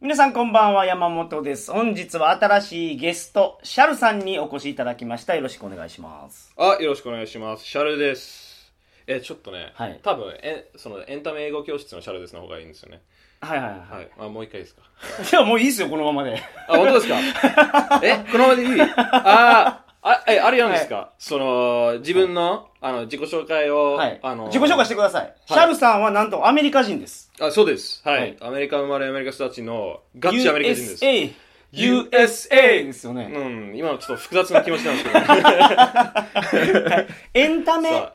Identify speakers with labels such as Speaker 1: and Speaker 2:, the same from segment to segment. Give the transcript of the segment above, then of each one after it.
Speaker 1: 皆さんこんばんは、山本です。本日は新しいゲスト、シャルさんにお越しいただきました。よろしくお願いします。
Speaker 2: あ、よろしくお願いします。シャルです。え、ちょっとね、
Speaker 1: はい
Speaker 2: 多分えそのエンタメ英語教室のシャルですの方がいいんですよね。
Speaker 1: はいはいはい。
Speaker 2: はい。あ、もう一回ですか。
Speaker 1: いや、もういいですよ、このままで。
Speaker 2: あ、本当 ですかえ、このままでいいあー、あ、え、あれなんですか、その、自分の、あの、自己紹介を、
Speaker 1: はい。
Speaker 2: あの、
Speaker 1: 自己紹介してください,、シャルさんはなんとアメリカ人です。
Speaker 2: あ、そうです。はい。
Speaker 1: はい
Speaker 2: アメリカ生まれ、アメリカ育ちの、ガチアメリカ人です。
Speaker 1: USA。
Speaker 2: USA
Speaker 1: ですよね。
Speaker 2: うん、今のちょっと複雑な気持ちなんですけど、
Speaker 1: エンタメ
Speaker 2: さあ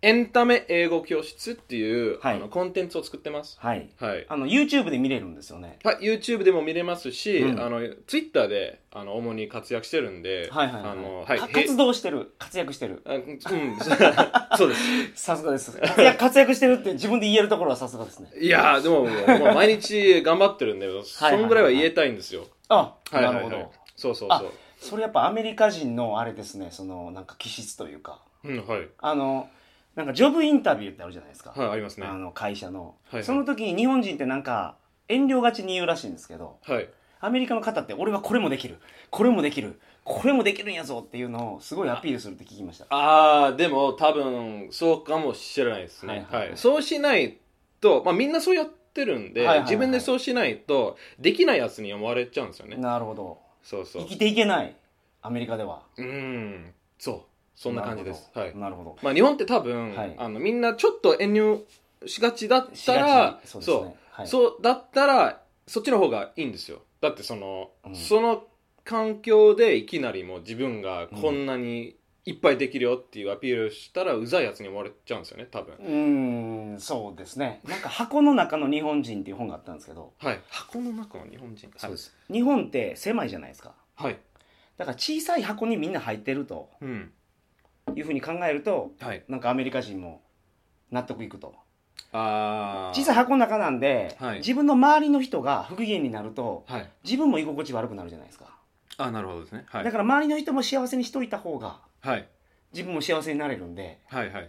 Speaker 2: エンタメ英語教室っていう、
Speaker 1: はい
Speaker 2: あのコンテンツを作ってます。
Speaker 1: はい。
Speaker 2: はい。
Speaker 1: あの、YouTube で見れるんですよね。
Speaker 2: はい、YouTube でも見れますし、
Speaker 1: うん
Speaker 2: あの Twitter であの主に活躍してるんで、
Speaker 1: はいはい、はい。
Speaker 2: あのはい、
Speaker 1: か
Speaker 2: へ
Speaker 1: 活動してる。活躍してる。
Speaker 2: あうん、 そうです。
Speaker 1: さすがです。活躍活躍してるって自分で言えるところはさすがですね。
Speaker 2: いやーでももうもう毎日頑張ってるんで、そんぐらいは言えたいんですよ。
Speaker 1: あ、
Speaker 2: はいはい
Speaker 1: な
Speaker 2: は
Speaker 1: るほ
Speaker 2: い
Speaker 1: ど。
Speaker 2: そうそう
Speaker 1: あ
Speaker 2: そう。
Speaker 1: それやっぱアメリカ人のあれですねそのなんか気質というか
Speaker 2: うん、はい。
Speaker 1: あのなんかジョブインタビューってあるじゃないですか、
Speaker 2: はい、ありますね。
Speaker 1: あ
Speaker 2: は
Speaker 1: の会社の、
Speaker 2: いはい
Speaker 1: その時に日本人ってなんか遠慮がちに言うらしいんですけど
Speaker 2: い。
Speaker 1: アメリカの方って俺はこれもできるこれもできるこれもできるんやぞっていうのをすごいアピールするって聞きました
Speaker 2: あー、でも多分、そうかもしれないですね。
Speaker 1: はいはいはい
Speaker 2: はいそうしないと、まあみんなそうやってるんで、
Speaker 1: はいはいはい
Speaker 2: 自分でそうしないと、できないやつに思われちゃうんですよね。
Speaker 1: なるほど
Speaker 2: そうそ
Speaker 1: 生
Speaker 2: う。
Speaker 1: きていけないアメリカでは
Speaker 2: うん、そう。そんな感じです。
Speaker 1: な
Speaker 2: は
Speaker 1: る
Speaker 2: い
Speaker 1: ほど。なるほど
Speaker 2: まあ、日本って多分、
Speaker 1: はい
Speaker 2: あのみんなちょっと遠慮しがちだっ
Speaker 1: した
Speaker 2: ら
Speaker 1: がち
Speaker 2: そ,、
Speaker 1: そううです
Speaker 2: そう
Speaker 1: ねはい
Speaker 2: だったらそっちの方がいいんですよだってその、
Speaker 1: うん
Speaker 2: その環境でいきなりもう自分がこんなにいっぱいできるよっていうアピールしたらうざいやつに思われちゃうんですよね多分
Speaker 1: うーんそうですねなんか箱の中の日本人っていう本があったんですけど
Speaker 2: はい箱の中の日本人
Speaker 1: そうですす日本って狭いじゃないですか
Speaker 2: はい
Speaker 1: だから小さい箱にみんな入ってると
Speaker 2: うん
Speaker 1: いうふうに考えると
Speaker 2: はい
Speaker 1: なんかアメリカ人も納得いくと
Speaker 2: ああ
Speaker 1: 小さい箱の中なんで、
Speaker 2: はい
Speaker 1: 自分の周りの人が不機嫌になると
Speaker 2: はい
Speaker 1: 自分も居心地悪くなるじゃないですか、
Speaker 2: あーなるほどですねは
Speaker 1: だから周りの人も幸せにしといた方が
Speaker 2: はい
Speaker 1: 自分も幸せになれるんで
Speaker 2: はいはいはい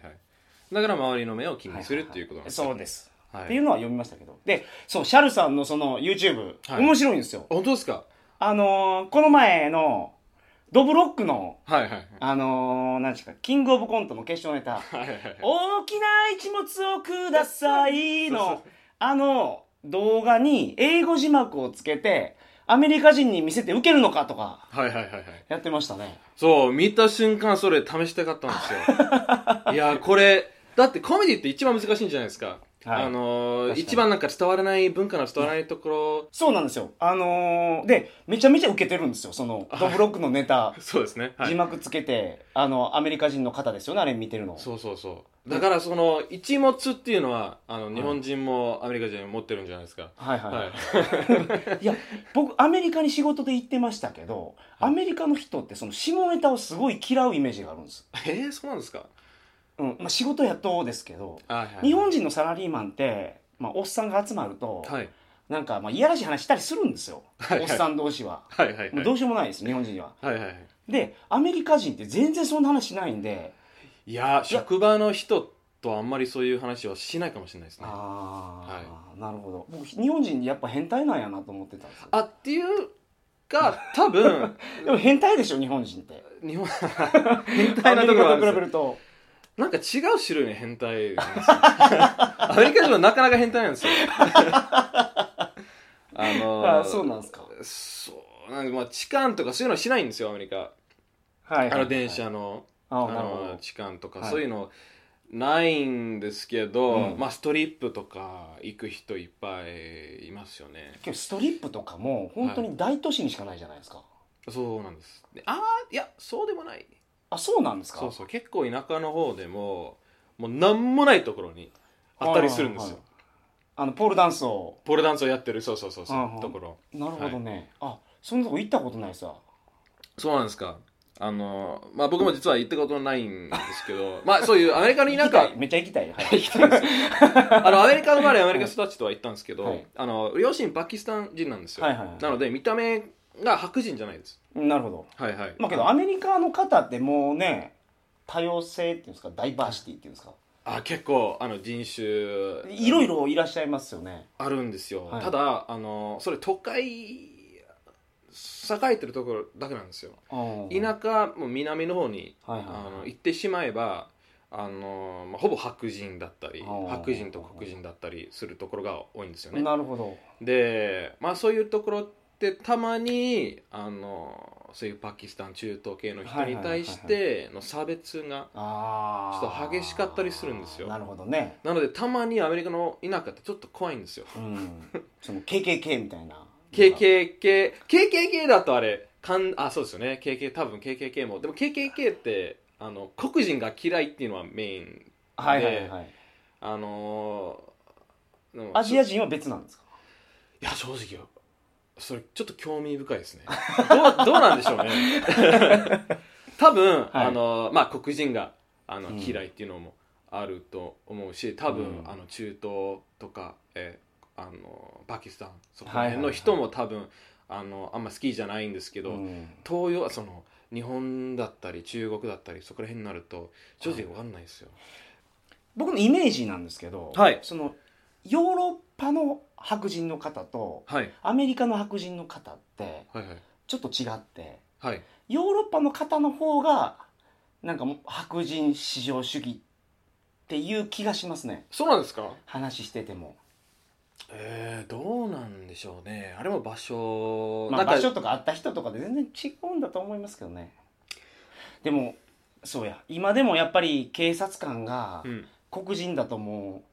Speaker 2: だから周りの目を気にするっていうことなん
Speaker 1: で
Speaker 2: ですすね
Speaker 1: そうです、
Speaker 2: はい
Speaker 1: っていうのは読みましたけどでそうシャルさんのその YouTube、
Speaker 2: はい
Speaker 1: 面白いんですよ
Speaker 2: 本当ですか
Speaker 1: あのーこの前のドブロックの
Speaker 2: はいはいはい
Speaker 1: あのー、なんですかキングオブコントの決勝ネタ
Speaker 2: はいはいはい
Speaker 1: 大きな一物をくださいの、あの動画に英語字幕をつけて、アメリカ人に見せて受けるのかとか、
Speaker 2: はいはいはいはい。
Speaker 1: やってましたね。
Speaker 2: そう、見た瞬間それ試したかったん ですよ。いや、これ、だってコメディって一番難しいんじゃないですか。
Speaker 1: はい
Speaker 2: あ
Speaker 1: 確
Speaker 2: の
Speaker 1: か
Speaker 2: ー、
Speaker 1: に
Speaker 2: 一番なんか伝わらない、文化の伝わらないとこ
Speaker 1: そうなんですよ。あのー、で、めちゃめちゃ受けてるんですよ。その、ドブロックのネタ
Speaker 2: ろ。、そうですね。は
Speaker 1: 字
Speaker 2: い。
Speaker 1: 幕つけて、あの、アメリカ人の方ですよね、あれ見てるの。
Speaker 2: そうそうそう。だからその、一物っていうのは、あの、日本人もアメリカ人も持ってるんじゃないですか。
Speaker 1: はいはい、は
Speaker 2: はい い。。
Speaker 1: いや、僕、アメリカに仕事で行ってましたけど、アメリカの人ってその下ネタをすごい嫌うイメージがあるんです。
Speaker 2: えー、そうなんですか
Speaker 1: うん。まあ、仕事やっとですけど、
Speaker 2: はいはい。
Speaker 1: 日本人のサラリーマンって、まあ、おっさんが集まると、
Speaker 2: はい。
Speaker 1: なんかまあいやらしい話したりするんですよ、
Speaker 2: はいはい
Speaker 1: おっさん同士は、
Speaker 2: はいはいはい。
Speaker 1: もうどうしようもないです日本人には
Speaker 2: はいはいはい。
Speaker 1: でアメリカ人って全然そんな話しないんで
Speaker 2: いやー、職場の人とあんまりそういう話はしないかもしれないですね。
Speaker 1: ああ、なるほど僕日本人やっぱ変態なんやなと思ってたんですよ
Speaker 2: あ、っていうか、多分、
Speaker 1: でも変態でしょ日本人って
Speaker 2: 日本変
Speaker 1: アメ
Speaker 2: 態な
Speaker 1: リ
Speaker 2: ところはあ
Speaker 1: カ
Speaker 2: る
Speaker 1: と比
Speaker 2: んです
Speaker 1: べ
Speaker 2: よ
Speaker 1: ると
Speaker 2: なんか違う種類の変態なんですよ アメリカ人はなかなか変態なんですよあの
Speaker 1: ああそうなんですか
Speaker 2: そうなんでまあ痴漢とかそういうのはしないんですよアメリカ
Speaker 1: はいはいは
Speaker 2: あ
Speaker 1: い
Speaker 2: の電車の,、
Speaker 1: ああ
Speaker 2: あ
Speaker 1: なるほ
Speaker 2: の
Speaker 1: ど
Speaker 2: 痴漢とか、
Speaker 1: はい
Speaker 2: そういうのないんですけど、
Speaker 1: うん
Speaker 2: まあストリップとか行く人いっぱいいますよね
Speaker 1: 今日ストリップとかも本当に大都市にしかないじゃないですか、
Speaker 2: そうなんですでああいやそうでもない
Speaker 1: あそうなんですか
Speaker 2: そうそう結構田舎の方でももうなんもないところにあったりするんです
Speaker 1: はいはい
Speaker 2: よ、
Speaker 1: はいあのポールダンスを
Speaker 2: ポールダンスをやってるそうそうそう
Speaker 1: うん
Speaker 2: そううんところ
Speaker 1: なるほどね、あそんなとこ行ったことないさ
Speaker 2: そうなんですかあのまあ僕も実は行ったことないんですけどまあそういうアメリカの田舎
Speaker 1: め っちゃ行きた い、はい、
Speaker 2: あのアメリカ生まれアメリカ育ちとは言ったんですけど、
Speaker 1: はい
Speaker 2: あの両親パキスタン人なんですよ、
Speaker 1: はいはいはい
Speaker 2: なので見た目が白人じゃないです
Speaker 1: なるほど
Speaker 2: はいはい
Speaker 1: まあけどアメリカの方ってもうね多様性っていうんですかダイバーシティっていうんですか
Speaker 2: あ結構あの人種
Speaker 1: いろいろいらっしゃいますよね
Speaker 2: あるんですよ、
Speaker 1: はい
Speaker 2: ただあのそれ都会栄えてるところだけなんですよ
Speaker 1: 田
Speaker 2: 田舎もう南の方に、
Speaker 1: はいはいはい
Speaker 2: あの行ってしまえばあの、まあ、ほぼ白人だったり
Speaker 1: あー
Speaker 2: 白人と黒人だったりするところが多いんですよね
Speaker 1: なるほど
Speaker 2: で、まあ、そういうところってたまにあのそういうパキスタン中東系の人に対しての差別が
Speaker 1: ああ
Speaker 2: ちょっと激しかったりするんですよ
Speaker 1: なるほどね
Speaker 2: なのでたまにアメリカの田舎ってちょっと怖いんですよ
Speaker 1: うんその KKK みたいな
Speaker 2: KKK KKK だとあれかんあそうですよね KK 多分 KKK もでも KKK ってあの黒人が嫌いっていうのはメイン
Speaker 1: はいはいはい
Speaker 2: あのーでも
Speaker 1: アジア人は別なんですか
Speaker 2: いや正直よそれちょっと興味深いですね どうどうなんでしょうね 多分、
Speaker 1: はい
Speaker 2: あのまあ黒人があの
Speaker 1: うん
Speaker 2: 嫌いっていうのもあると思うし多分、
Speaker 1: うん
Speaker 2: あの中東とかえあのパキスタンそこ
Speaker 1: は
Speaker 2: ら
Speaker 1: いはい
Speaker 2: 辺
Speaker 1: は
Speaker 2: の
Speaker 1: い
Speaker 2: 人も多分、あのあんま好きじゃないんですけど、
Speaker 1: うん
Speaker 2: 東洋その日本だったり中国だったりそこら辺になると正直わかんないですよ、
Speaker 1: 僕のイメージなんですけど、
Speaker 2: はい
Speaker 1: そのヨーロッパの白人の方と
Speaker 2: はい、
Speaker 1: アメリカの白人の方って
Speaker 2: はいはい
Speaker 1: ちょっと違って
Speaker 2: はい
Speaker 1: ヨーロッパの方の方がなんかもう白人至上主義っていう気がしますね
Speaker 2: そうなんですか
Speaker 1: 話してても、
Speaker 2: えー、どうなんでしょうねあれも場所、
Speaker 1: まあ、
Speaker 2: なんか
Speaker 1: 場所とかあった人とかで全然違うんだと思いますけどねでもそうや今でもやっぱり警察官が
Speaker 2: うん
Speaker 1: 黒人だとも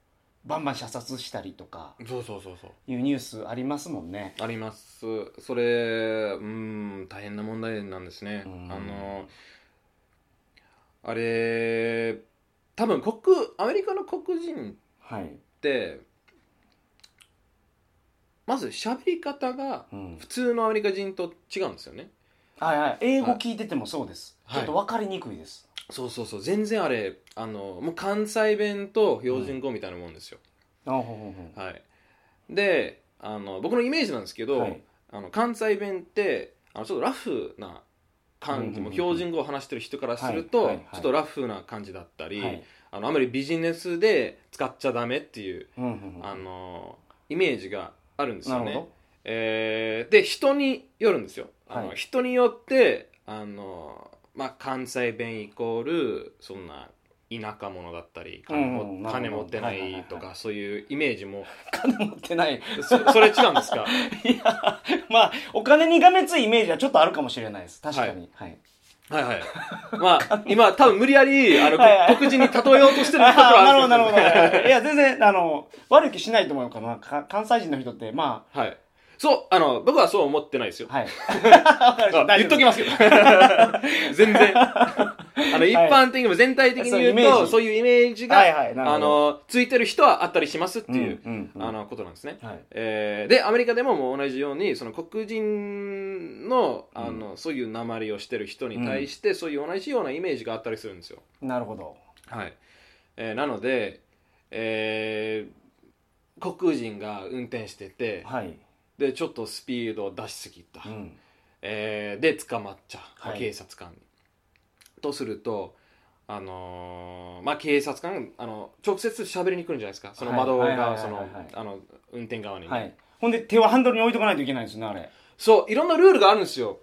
Speaker 1: うバンバン射殺したりとか
Speaker 2: そうそうそうそう
Speaker 1: いうニュースありますもんね
Speaker 2: ありますそれうん大変な問題なんですね
Speaker 1: うん
Speaker 2: あのあれ多分黒アメリカの黒人
Speaker 1: はい、
Speaker 2: ってまず喋り方が
Speaker 1: うん
Speaker 2: 普通のアメリカ人と違うんですよね
Speaker 1: はいはい、英語聞いててもそうです、
Speaker 2: は
Speaker 1: ち
Speaker 2: い
Speaker 1: ょっと分かりにくいです、
Speaker 2: そうそうそう全然あれあのもう関西弁と標準語みたいなもんですよ、
Speaker 1: あほうほうほう
Speaker 2: はいであの僕のイメージなんですけど、
Speaker 1: はい
Speaker 2: あの関西弁ってあのちょっとラフな
Speaker 1: うんう
Speaker 2: 感
Speaker 1: んうん
Speaker 2: じ、
Speaker 1: うん
Speaker 2: もう標準語を話してる人からすると、
Speaker 1: はいはいはい
Speaker 2: ちょっとラフな感じだったり、
Speaker 1: はい
Speaker 2: あのあまりビジネスで使っちゃダメっていう、
Speaker 1: うんうんうん
Speaker 2: あのイメージがあるんですよ
Speaker 1: なる
Speaker 2: ね
Speaker 1: ほ、
Speaker 2: えーで人によるんですよ、あの
Speaker 1: はい
Speaker 2: 人によってあの、まあ、関西弁イコールそんな田舎者だったり金も、
Speaker 1: うんうんなるほど
Speaker 2: 金持ってな
Speaker 1: はいはいはい
Speaker 2: い
Speaker 1: はい
Speaker 2: とか、そういうイメージも
Speaker 1: ど金持ってない
Speaker 2: そ それ違うんですか
Speaker 1: いやまあお金にがめついイメージはちょっとあるかもしれないです確かにはい、
Speaker 2: はいはい。ま あ、今、多分無理やり、あの、
Speaker 1: はいはい
Speaker 2: こ黒人に例えようとしてるところ
Speaker 1: あなるほどな
Speaker 2: は
Speaker 1: るほど
Speaker 2: あるんですけどね
Speaker 1: いや全然あの悪い気しないと思うからか関西人の人ってま
Speaker 2: はい。そう、あの、僕はそう思ってないですよ
Speaker 1: あ。 はい
Speaker 2: あ言っとき
Speaker 1: ま
Speaker 2: ますけど。 全然。あの、一般的にも全体的に言うと、
Speaker 1: そ
Speaker 2: そういうイメージ
Speaker 1: はい
Speaker 2: が、
Speaker 1: はいなる
Speaker 2: あ
Speaker 1: ほど
Speaker 2: の、ついてる人はあったりしますっ
Speaker 1: う
Speaker 2: て
Speaker 1: ん
Speaker 2: いう、
Speaker 1: うんうん
Speaker 2: あの、ことなんですね。
Speaker 1: はい
Speaker 2: えーで、アメリカでももう同じように、その黒人の、あの、そういう鉛をしてる人に対して、そういう同じようなイメージがあったりするんですよ。
Speaker 1: なるほど
Speaker 2: はいえーなので、えー黒人が運転してて、
Speaker 1: はい、
Speaker 2: でちょっとスピードを出しすぎた、
Speaker 1: うん、
Speaker 2: えーで捕まっちゃう、
Speaker 1: はい
Speaker 2: 警察官に。とすると、あのーまあ、警察官あの直接喋りに来るんじゃないですかその窓
Speaker 1: はいはいはい
Speaker 2: 側
Speaker 1: はい
Speaker 2: その
Speaker 1: はい
Speaker 2: あの運転側にね、
Speaker 1: はいほんで手はハンドルに置いとかないといけないんですよね
Speaker 2: そういろんなルールがあるんですよ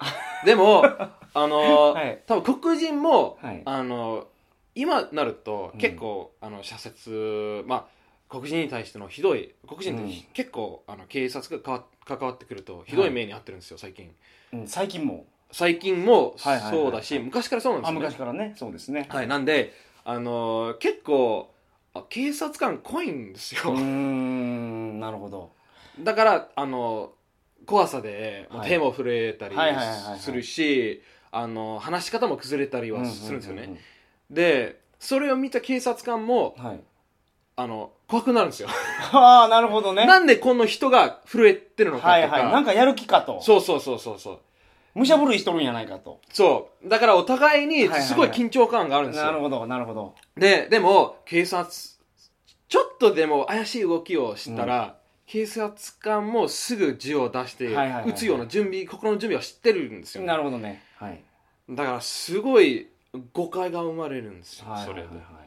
Speaker 2: で も、あのー
Speaker 1: はい
Speaker 2: 多分黒人も
Speaker 1: あれはい
Speaker 2: あの今なると
Speaker 1: うん
Speaker 2: 結構、あの社説まあ黒人に対してのひどい黒人ってひ、
Speaker 1: う
Speaker 2: 結構あの警察がかわ関わってくるとひどい目に遭ってるんですよ最近
Speaker 1: うん、最近も
Speaker 2: 最近も
Speaker 1: はいはいはい
Speaker 2: そうだし、
Speaker 1: はい
Speaker 2: 昔からそう
Speaker 1: あ
Speaker 2: なんですよ
Speaker 1: 昔か
Speaker 2: ね
Speaker 1: らねそうですね
Speaker 2: はいなんであの結構あ警察官怖いんですよ
Speaker 1: うーんなるほど
Speaker 2: だからあの怖さでもう
Speaker 1: はい
Speaker 2: 手も震えたり
Speaker 1: はいはいはいはい
Speaker 2: するしあの話し方も崩れたりはするんですよね、
Speaker 1: うう
Speaker 2: でそれを見た警察官も
Speaker 1: うんうんはい
Speaker 2: あの怖くなるんですよ
Speaker 1: ああなるほどね
Speaker 2: なんでこの人が震えてるのかとか、
Speaker 1: はいはいなんかやる気かと
Speaker 2: そうそうそうそうそう
Speaker 1: むしゃぶるいしとるんやないかと
Speaker 2: そうだからお互いに
Speaker 1: はいはい
Speaker 2: すごい緊張感があるんですよ、
Speaker 1: なるほどなるほど
Speaker 2: ででも警察ちょっとでも怪しい動きをしたら、警察官もすぐ銃を出して
Speaker 1: はいはいはいはい
Speaker 2: 撃つような準備心の準備は知ってるんですよ、
Speaker 1: なるほどねはい
Speaker 2: だからすごい誤解が生まれるんですよ、
Speaker 1: はいはい
Speaker 2: そ
Speaker 1: はい
Speaker 2: れ
Speaker 1: は
Speaker 2: で
Speaker 1: い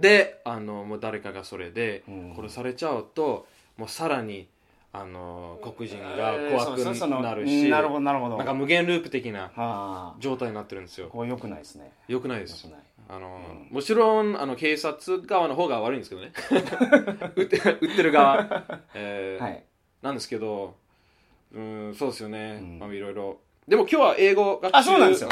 Speaker 2: であのもう誰かがそれで
Speaker 1: うん
Speaker 2: 殺されちゃうと、もうさらにあの黒人が怖
Speaker 1: えーそうそうその
Speaker 2: くなる
Speaker 1: う
Speaker 2: し
Speaker 1: んなるほどなるほど
Speaker 2: なんか無限ループ的な
Speaker 1: はあ
Speaker 2: 状態になってるんですよ
Speaker 1: これ良くないですね
Speaker 2: よくない
Speaker 1: 良
Speaker 2: です
Speaker 1: くない
Speaker 2: あの、
Speaker 1: うん
Speaker 2: もちろんあの警察側の方が悪いんですけ どね撃って撃ってる側、えー
Speaker 1: はい
Speaker 2: なんですけどうんそうですよね、
Speaker 1: うん
Speaker 2: まあいろいろでも今日は英語学習
Speaker 1: あそうなんですよ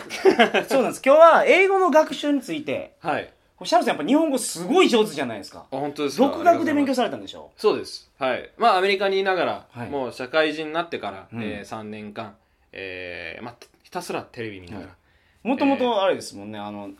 Speaker 1: そうなんです今日は英語の学習について
Speaker 2: はい
Speaker 1: シャルさんやっぱ日本語すごい上手じゃないですか
Speaker 2: あ本当ですか
Speaker 1: 独学で勉強
Speaker 2: ありがとうございます
Speaker 1: されたんでしょ
Speaker 2: そうですはいまあアメリカにいながら、
Speaker 1: はい
Speaker 2: もう社会人になってから、
Speaker 1: うん
Speaker 2: え3年間、えーまあ、ひたすらテレビ見なが
Speaker 1: もともとあれですもんねあの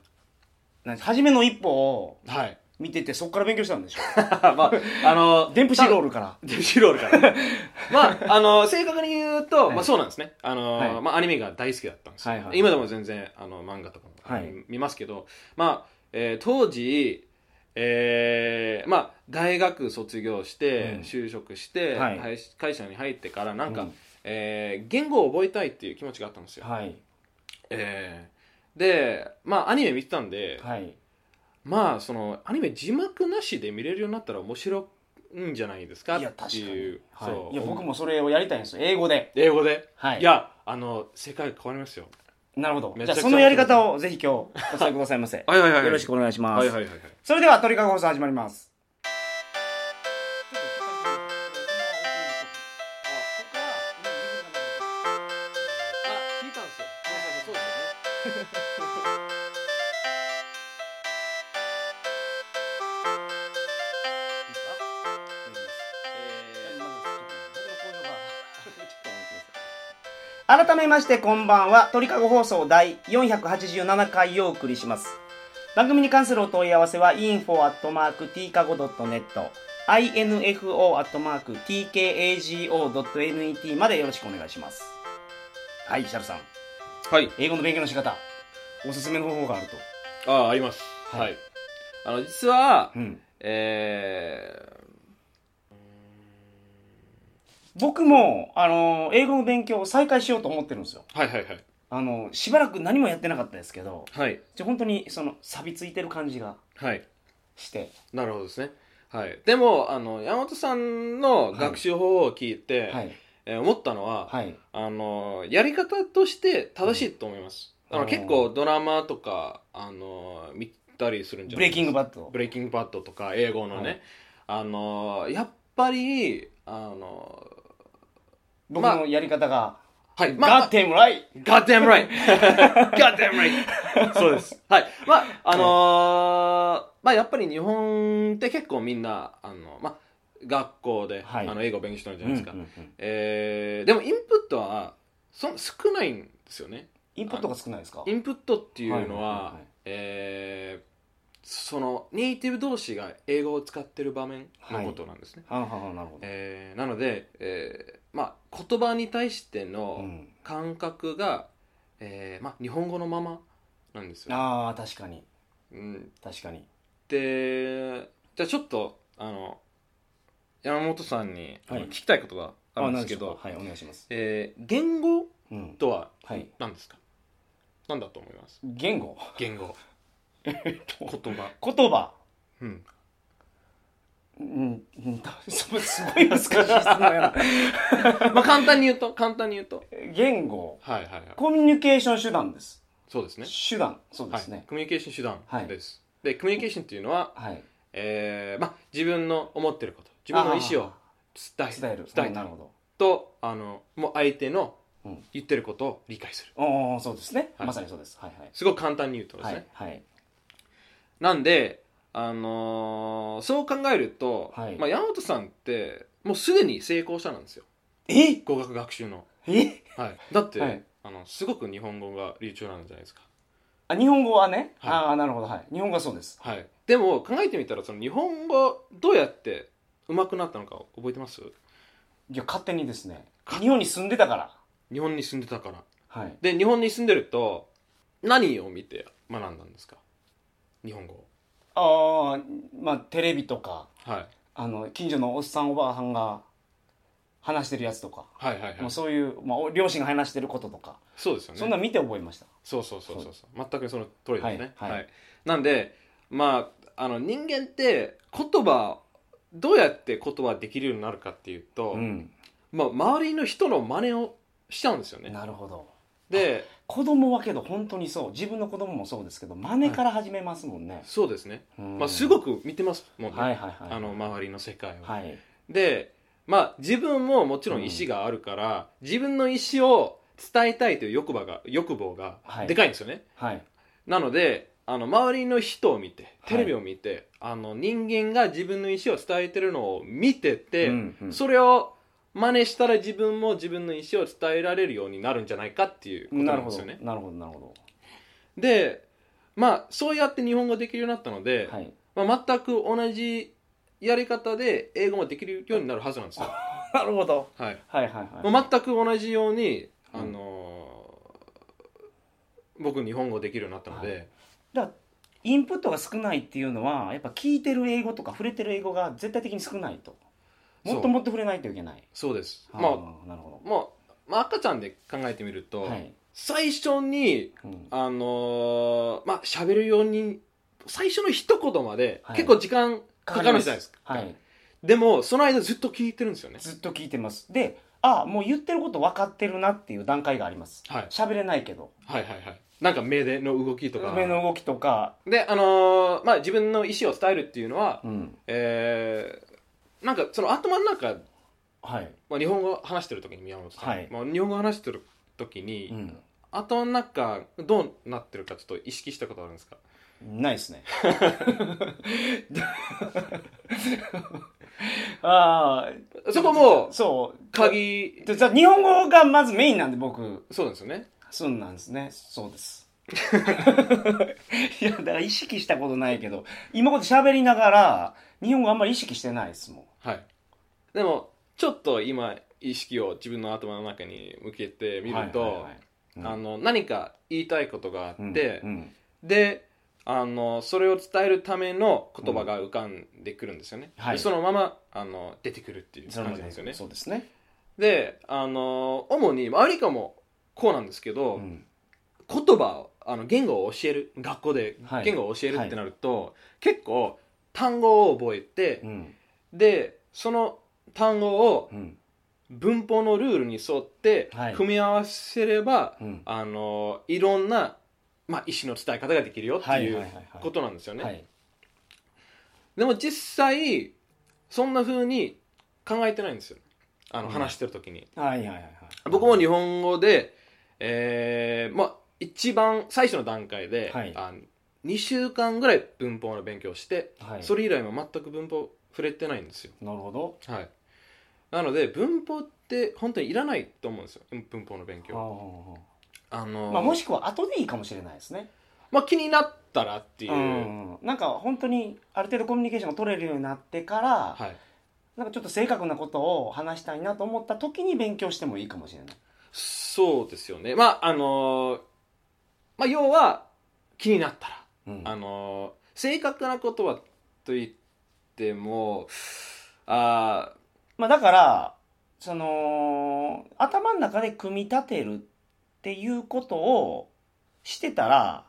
Speaker 1: なん初めの一歩を
Speaker 2: らはい、
Speaker 1: 見ててそこから勉強したんでしょ
Speaker 2: まああの
Speaker 1: デンプシーロー
Speaker 2: ル
Speaker 1: ルから
Speaker 2: デンプシーロールから まああの正確に言うと、
Speaker 1: はい
Speaker 2: まあ、そうなんですねあの、
Speaker 1: はい
Speaker 2: まあ、アニメが大好きだったんですよ、
Speaker 1: はいはいはい
Speaker 2: 今でも全然あの漫画とかも、
Speaker 1: はい
Speaker 2: 見ますけどまあ、えー当時えーまあ、大学卒業して、
Speaker 1: うん
Speaker 2: 就職して、
Speaker 1: はい
Speaker 2: 会会社に入ってからなんか、
Speaker 1: うん
Speaker 2: えー言語を覚えたいっていう気持ちがあったんですよ、
Speaker 1: はい
Speaker 2: えーでまあアニメ見てたんで、
Speaker 1: はい
Speaker 2: まあそのアニメ字幕なしで見れるようになったら面白いんじゃないですか
Speaker 1: いや
Speaker 2: っ
Speaker 1: 確
Speaker 2: て
Speaker 1: か
Speaker 2: い
Speaker 1: に
Speaker 2: う、
Speaker 1: はい
Speaker 2: そう
Speaker 1: いや僕もそれをやりたいんですよ英語で
Speaker 2: 英語で、、
Speaker 1: はいい
Speaker 2: やあの世界が変わりますよ
Speaker 1: なるほど
Speaker 2: め
Speaker 1: じ
Speaker 2: ち
Speaker 1: ゃ
Speaker 2: ゃ
Speaker 1: あ
Speaker 2: くちゃ
Speaker 1: そのやり方をぜひ今日お伝えくださいま せ
Speaker 2: はいはいはい
Speaker 1: よろしくお願いします、
Speaker 2: はいはいはいはい
Speaker 1: それでは鳥かご放送始まります
Speaker 2: あ聞いたんですよそうそうそうそうですよね
Speaker 1: 改めましてこんばんは鳥かご放送第487回をお送りします番組に関するお問い合わせは info.tkago.net info.tkago.net までよろしくお願いしますはいシャルさん
Speaker 2: はい
Speaker 1: 英語の勉強の仕方おすすめの方法があると
Speaker 2: ああありますは、
Speaker 1: はいい
Speaker 2: あの実は
Speaker 1: うん
Speaker 2: えー
Speaker 1: 僕も、あの英語の勉強を再開しようと思ってるんですよ。
Speaker 2: はいはいはい
Speaker 1: あのしばらく何もやってなかったですけど、
Speaker 2: はい
Speaker 1: じゃ本当にその、錆びついてる感じが
Speaker 2: はい
Speaker 1: して。
Speaker 2: なるほどですね。はい、でもあの山本さんの学習方法を聞いて、
Speaker 1: はい。
Speaker 2: えー思ったのは、
Speaker 1: はい。
Speaker 2: あのやり方として正しいと思います。
Speaker 1: うん
Speaker 2: あの
Speaker 1: あー
Speaker 2: 結構ドラマとかあの見たりするんじゃ
Speaker 1: ブレ
Speaker 2: ない
Speaker 1: イキング
Speaker 2: バッ
Speaker 1: バット。
Speaker 2: ブレイキングバッドとか英語のね、
Speaker 1: はい
Speaker 2: あのやっぱりあの
Speaker 1: 僕
Speaker 2: まあ
Speaker 1: のやり方が、
Speaker 2: はいまあ
Speaker 1: ガッテンライ
Speaker 2: Goddamn right! Goddamn right! そうです。はい。まあ、あのーまあ、やっぱり日本って結構みんな、あの、まあ、学校で、
Speaker 1: はい
Speaker 2: あの、英語を勉強してるじゃないですか。
Speaker 1: うんうんうん
Speaker 2: えーでもインプットは、そ少ないんですよね。
Speaker 1: インプットが少ないですか
Speaker 2: インプットっていうのは、
Speaker 1: はいはいはいはい
Speaker 2: えーその、ネイティブ同士が英語を使ってる場面のことなんですね。
Speaker 1: はんはんはんなるほど。
Speaker 2: えーなので、えーまあ、言葉に対しての、
Speaker 1: うん
Speaker 2: 感覚が、えーまあ、日本語のままなんですよ。
Speaker 1: ああ、確かに。
Speaker 2: うん、
Speaker 1: 確かに。
Speaker 2: でじゃあちょっとあの山本さんに、あの
Speaker 1: はい
Speaker 2: 聞きたいことがあるんですけ
Speaker 1: あ
Speaker 2: ど
Speaker 1: な、しょうかはい、お願いします。
Speaker 2: えー言語
Speaker 1: うん。
Speaker 2: とは
Speaker 1: はい
Speaker 2: 何ですか、何だと思います
Speaker 1: 言語
Speaker 2: 言 語言葉、
Speaker 1: 言葉。
Speaker 2: うん、
Speaker 1: うん、うんたすごい難しい質問やな。
Speaker 2: まあ簡単に言うと簡単に言うと
Speaker 1: 言語。
Speaker 2: はいはいはい
Speaker 1: コミュニケーション手段です。
Speaker 2: そうですね
Speaker 1: 手段。そうで
Speaker 2: はい
Speaker 1: すね。
Speaker 2: コミュニケーション手
Speaker 1: は
Speaker 2: 段
Speaker 1: い
Speaker 2: です、でコミュニケーションっていうのは、
Speaker 1: はい。
Speaker 2: えーまあ、自分の思ってること自分の意思を伝え
Speaker 1: 伝える。
Speaker 2: 伝え
Speaker 1: うん
Speaker 2: た
Speaker 1: ないるほど。
Speaker 2: とあのもう相手の
Speaker 1: うん
Speaker 2: 言ってることを理解する
Speaker 1: おお、そうですね。
Speaker 2: はい
Speaker 1: まさにそうです。はいはい。
Speaker 2: すごく簡単に言うとです
Speaker 1: は
Speaker 2: ね、
Speaker 1: いはい。
Speaker 2: なんで、あのーそう考えると、
Speaker 1: はい
Speaker 2: まあ、山本さんってもうすでに成功者なんですよ
Speaker 1: え
Speaker 2: 語学学習の、
Speaker 1: え
Speaker 2: はい、だって、
Speaker 1: はい
Speaker 2: あのすごく日本語が流暢なんじゃないですか、
Speaker 1: あ、日本語はね。
Speaker 2: はい
Speaker 1: ああ、なるほど。はい。日本語はそうです。
Speaker 2: はい、でも考えてみたらその日本語どうやって上手くなったのか覚えてます
Speaker 1: いや、勝手にですね。日本に住んでたから。
Speaker 2: 日本に住んでたから
Speaker 1: はい。
Speaker 2: で日本に住んでると何を見て学んだんですか日本語を
Speaker 1: ああ、まあ、テレビとか、
Speaker 2: はい
Speaker 1: あの、近所のおっさんおばあさんが話してるやつとか、
Speaker 2: はいはいはい
Speaker 1: もうそういう、まあ、お両親が話してることとか、
Speaker 2: そうですよね
Speaker 1: そんなん見て覚えました。
Speaker 2: そうそうそうそうそう全くその通りですね
Speaker 1: はいはい
Speaker 2: なんでまああの人間って言葉どうやって言葉できるようになるかっていうと、
Speaker 1: うん、
Speaker 2: まあ、周りの人の真似をしちゃうんですよね。
Speaker 1: なるほど
Speaker 2: で
Speaker 1: 子供はけど本当にそう自分の子供もそうですけど真似から始めますもんね、
Speaker 2: そうですね、
Speaker 1: うん
Speaker 2: まあ、すごく見てますもんね、
Speaker 1: はいはいはい
Speaker 2: あの周りの世界を。
Speaker 1: はい
Speaker 2: で、まあ、自分ももちろん意思があるから、自分の意思を伝えたいという欲望が欲望が
Speaker 1: はい
Speaker 2: でかいんですよね。
Speaker 1: はい
Speaker 2: なのであの周りの人を見て
Speaker 1: い
Speaker 2: テレビを見て、あの人間が自分の意思を伝えてるのを見てて、
Speaker 1: うんうん
Speaker 2: それを真似したら自分も自分の意思を伝えられるようになるんじゃないかっていうこと
Speaker 1: な
Speaker 2: な
Speaker 1: る
Speaker 2: んで
Speaker 1: ほ
Speaker 2: す
Speaker 1: ど
Speaker 2: よね。
Speaker 1: なるほどなるほ
Speaker 2: でまあそうやって日本語できるようになったので
Speaker 1: ど、はい
Speaker 2: まあ、全く同じやり方で英語もできるようになるは ずなんですよ。
Speaker 1: なるほど
Speaker 2: はい
Speaker 1: はいはいはい
Speaker 2: まあ、全く同じように、
Speaker 1: うん
Speaker 2: あのー僕日本語できるようになったので。
Speaker 1: はインプットが少ないっていうのはやっぱ聞いてる英語とか触れてる英語が絶対的に少ないともっともっと触れないといけない
Speaker 2: そうです、
Speaker 1: あ
Speaker 2: まあ
Speaker 1: ーなるほ
Speaker 2: まあ、まあ赤ちゃんで考えてみると、
Speaker 1: どはい、
Speaker 2: 最初に
Speaker 1: うん
Speaker 2: あのーまあ喋るように最初の一言まで、
Speaker 1: はい
Speaker 2: 結構時間かかるじゃないですか
Speaker 1: はい
Speaker 2: でもその間ずっと聞いてるんですよね
Speaker 1: ずっと聞いてますであもう言ってること分かってるなっていう段階があります
Speaker 2: はい
Speaker 1: 喋れないけど
Speaker 2: はいはいはいなんか目での動きとか
Speaker 1: 目の動きとか、
Speaker 2: であのーまあ自分の意思を伝えるっていうのは、
Speaker 1: うん
Speaker 2: えーなんかその頭の中、
Speaker 1: はい
Speaker 2: まあ、日本語話してる時に宮本さん、
Speaker 1: はい
Speaker 2: まあ、日本語話してる時に、
Speaker 1: うん、
Speaker 2: 頭の中どうなってるかちょっと意識したことあるんですか
Speaker 1: ないです ね ああ
Speaker 2: そこも
Speaker 1: そう
Speaker 2: 鍵
Speaker 1: でさ日本語がまずメインなんで僕
Speaker 2: そうなんですよね
Speaker 1: そうなんですねそうです いやだから意識したことないけど今こうやって喋りながら日本語あんまり意識してないですもん
Speaker 2: はいでもちょっと今意識を自分の頭の中に向けてみると、
Speaker 1: はいはいはいうん
Speaker 2: あの何か言いたいことがあ
Speaker 1: うん
Speaker 2: って、
Speaker 1: うん
Speaker 2: であのそれを伝えるための言葉が浮かんでくるんですよね、
Speaker 1: うんはい
Speaker 2: でそのままあの出てくるっていう感じなんですよね
Speaker 1: そうですね、
Speaker 2: であの主にまあアリカもこうなんですけ
Speaker 1: う
Speaker 2: ど、
Speaker 1: ん、
Speaker 2: 言葉をあの言語を教える学校で
Speaker 1: はい
Speaker 2: 言語を教えるってなると、結構単語を覚えて
Speaker 1: う、ん
Speaker 2: でその単語を
Speaker 1: うん
Speaker 2: 文法のルールに沿って
Speaker 1: はい
Speaker 2: 組み合わせれば、
Speaker 1: うん
Speaker 2: あのいろんな、まあ、意思の伝え方ができるよって
Speaker 1: はい
Speaker 2: い
Speaker 1: はいうはいはい
Speaker 2: ことなんですよね、
Speaker 1: はい
Speaker 2: でも実際そんな風に考えてないんですよあの
Speaker 1: うん
Speaker 2: 話してる時に、
Speaker 1: はいはいはいはい
Speaker 2: 僕も日本語で、えーまあ、一番最初の段階で、
Speaker 1: はい
Speaker 2: あの2週間ぐらい文法の勉強をして、
Speaker 1: はい
Speaker 2: それ以来も全く文法触れてないんですよ
Speaker 1: なるほど
Speaker 2: はい、なので文法って本当にいらないと思うんですよ文法の勉
Speaker 1: あ
Speaker 2: 強あ
Speaker 1: あ
Speaker 2: の、
Speaker 1: ま
Speaker 2: ま
Speaker 1: あ、
Speaker 2: あ、
Speaker 1: もしくは後でいいかもしれないですね
Speaker 2: 気になったらっていう、
Speaker 1: うん、なんか本当にある程度コミュニケーションが取れるようになってから、
Speaker 2: はい、
Speaker 1: なんかちょっと正確なことを話したいなと思った時に勉強してもいいかもしれない
Speaker 2: そうですよねまああのまあ要は気になったら、
Speaker 1: うん
Speaker 2: あの正確な言葉と言ってもあ
Speaker 1: まあ、だからその頭の中で組み立てるっていうことをしてたら、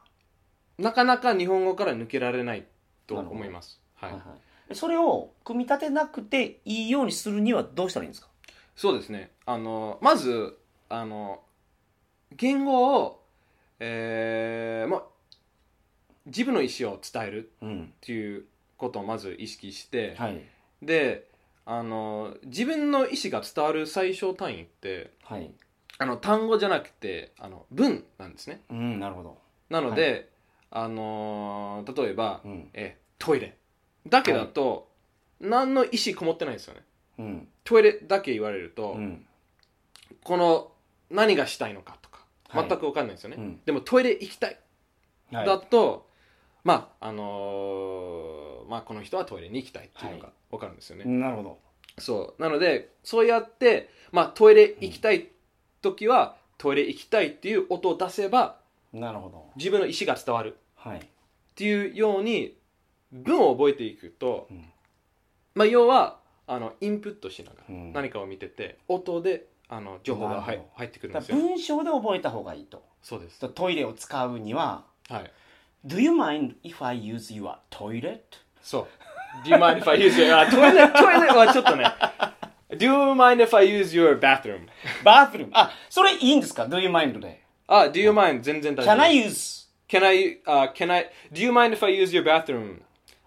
Speaker 2: ーなかなか日本語から抜けられないと思いますはい、
Speaker 1: はいはいそれを組み立てなくていいようにするにはどうしたらいいんですか
Speaker 2: そうですね。あの、まず、あの、言語を、えーまあ、自分の意思を伝える
Speaker 1: うん
Speaker 2: っていうことをまず意識して、
Speaker 1: はい
Speaker 2: で、あの、自分の意思が伝わる最小単位って、
Speaker 1: はい
Speaker 2: あの、単語じゃなくて、あの、文なんですね。
Speaker 1: うんなるほど、
Speaker 2: なので、あの、例えば、
Speaker 1: うん
Speaker 2: え、トイレだけだと、何の意思こもってないですよね。
Speaker 1: うん
Speaker 2: トイレだけ言われると、
Speaker 1: うん
Speaker 2: この何がしたいのかとか
Speaker 1: はい
Speaker 2: 全く分かんないんですよね、
Speaker 1: うん
Speaker 2: でもトイレ行きたい
Speaker 1: はい
Speaker 2: だと、まああのーまあこの人はトイレに行きたいっていうのが分かるんですよね、
Speaker 1: なるほど
Speaker 2: そうなのでそうやって、まあ、トイレ行きたい時は、トイレ行きたいっていう音を出せば
Speaker 1: なるほど
Speaker 2: 自分の意思が伝わるっ
Speaker 1: はい
Speaker 2: ていうように文を覚えていくと、
Speaker 1: うん
Speaker 2: まあ、要はあのインプットしながら、
Speaker 1: うん
Speaker 2: 何かを見てて音であの情報が入
Speaker 1: なるほど
Speaker 2: 入ってくるん
Speaker 1: だ
Speaker 2: です
Speaker 1: から
Speaker 2: よ
Speaker 1: 文章で覚えた方がいいと
Speaker 2: そうです
Speaker 1: トイレを使うには
Speaker 2: はい
Speaker 1: Do you mind if I use your toilet?
Speaker 2: そう。Do you mind if I use your... あ、トイレ、トイレはちょっとね。Do you mind if I use your bathroom?
Speaker 1: バーフルーム。あ、それいいんですか ?Do you mind で。
Speaker 2: あ、Do you mind? 全然大丈夫。
Speaker 1: Can I use?
Speaker 2: Can I, uh, can I, do you mind if I use your bathroom?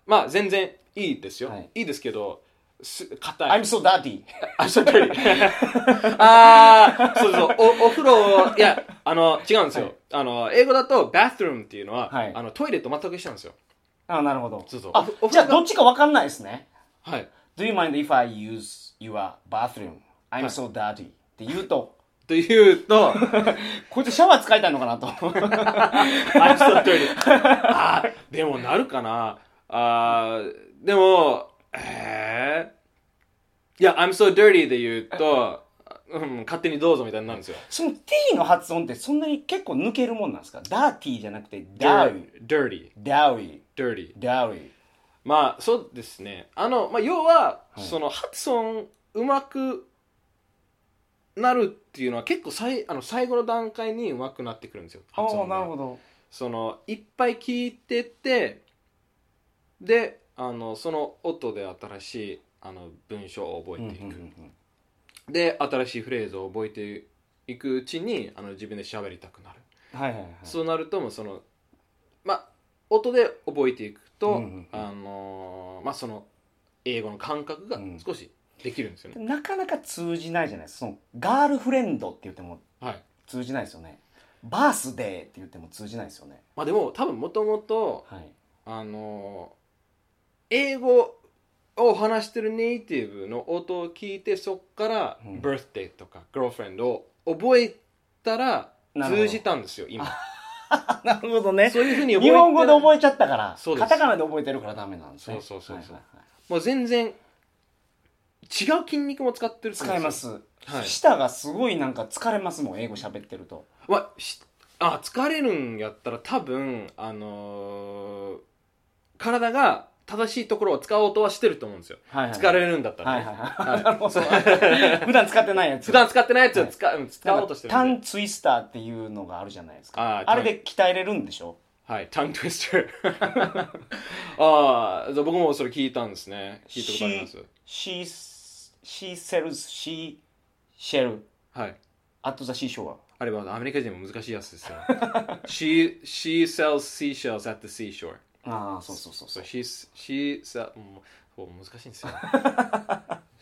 Speaker 2: まあ、全然いいですよ。
Speaker 1: はいい、
Speaker 2: いですけど、す硬
Speaker 1: I'm
Speaker 2: い。
Speaker 1: so dirty.
Speaker 2: あ、そうだね あーそうそう、お、お風呂を、いや、あの、違うんですよ。
Speaker 1: はい
Speaker 2: あの、英語だと、bathroom っていうのは、
Speaker 1: はい
Speaker 2: あの、トイレと全く一緒なんですよ。
Speaker 1: あ、なるほど。
Speaker 2: そうそう
Speaker 1: あ
Speaker 2: お、
Speaker 1: じゃあどっちかわかんないですね。
Speaker 2: はい。
Speaker 1: Do you mind if I use your bathroom? I'm so dirty. って言うと、
Speaker 2: というと、
Speaker 1: こいつシャワー使いたいのかなと。
Speaker 2: I'm so dirty. あーでもなるかなあーでも、えー、いや、I'm so dirty で言うと、うん、勝手にどうぞみたいになるんですよ。
Speaker 1: その T の発音ってそんなに結構抜けるもんなんですかダーティーじゃなくてダウ
Speaker 2: dirty
Speaker 1: イ、
Speaker 2: dirty,
Speaker 1: ダウイ、
Speaker 2: dirty.
Speaker 1: ダウイ。
Speaker 2: まあ、そうですね。あの、まあ、要は、
Speaker 1: い
Speaker 2: その発音うまくなるっていうのは結構さいあの最後の段階にうまくなってくるんですよ。
Speaker 1: あ
Speaker 2: 発
Speaker 1: あ、
Speaker 2: 音が
Speaker 1: なるほど。
Speaker 2: そのいっぱい聞いててであのその音で新しいあの文章を覚えていく、
Speaker 1: うんうんうん
Speaker 2: で新しいフレーズを覚えていくうちにあの自分で喋りたくなる、
Speaker 1: うんはいはいはい。
Speaker 2: そうなるともうそのまあ音で覚えていくと、
Speaker 1: うんうんうん
Speaker 2: あのーまあその英語の感覚が
Speaker 1: うん
Speaker 2: 少しできるんですよね、
Speaker 1: なかなか通じないじゃないですか。そのガールフレンドって言っても
Speaker 2: はい
Speaker 1: 通じないですよね。バースデーって言っても通じないですよね。
Speaker 2: まあでも多分もともと
Speaker 1: はい。
Speaker 2: あのー英語を話してるネイティブの音を聞いてそっから
Speaker 1: うん
Speaker 2: birthday とか girlfriend を覚えたら
Speaker 1: なるほど
Speaker 2: 通じたんですよ今
Speaker 1: あなるほどね。
Speaker 2: そういうふうに覚え
Speaker 1: 日本語で
Speaker 2: え
Speaker 1: 覚えちゃったから、
Speaker 2: そうです
Speaker 1: カタカナで覚えてるからダメなんですね。
Speaker 2: そうそうそうそう
Speaker 1: はいはいはい
Speaker 2: もう全然違う筋肉も使ってると思
Speaker 1: 使
Speaker 2: う
Speaker 1: い
Speaker 2: んで
Speaker 1: ます
Speaker 2: よ、
Speaker 1: す。
Speaker 2: はい
Speaker 1: 舌がすごいなんか疲れますもん、英語喋ってると。
Speaker 2: まあ、しあ疲れるんやったら多分あのー体が正しいところを使おうとはしてると思うんですよ
Speaker 1: はいはいはい
Speaker 2: 疲れるんだったら、
Speaker 1: はい
Speaker 2: ね
Speaker 1: はい
Speaker 2: は
Speaker 1: はいい。なるほ ど。普段使ってないやつ。
Speaker 2: 普段使ってないやつを使,、うん使
Speaker 1: な
Speaker 2: お
Speaker 1: ん
Speaker 2: う
Speaker 1: か
Speaker 2: としてるん
Speaker 1: タ
Speaker 2: で
Speaker 1: ンツイスターっていうのがあるじゃないですか。
Speaker 2: あ
Speaker 1: あ
Speaker 2: ー
Speaker 1: れで鍛えれるんでしょ
Speaker 2: はい、タングトゥイスター。 ああ、じゃあ僕もそれ聞いたんですね。聞いたことあります。
Speaker 1: シー、シーセルズ、シー、シェル、
Speaker 2: はい。
Speaker 1: アットザシーショア。
Speaker 2: あれはアメリカ人も難しいやつで すよ。she, she sells seashells at the seashore.
Speaker 1: ああ、そうそうそうそ
Speaker 2: So
Speaker 1: う。
Speaker 2: she, she sell, もうもう難しいんで すよ。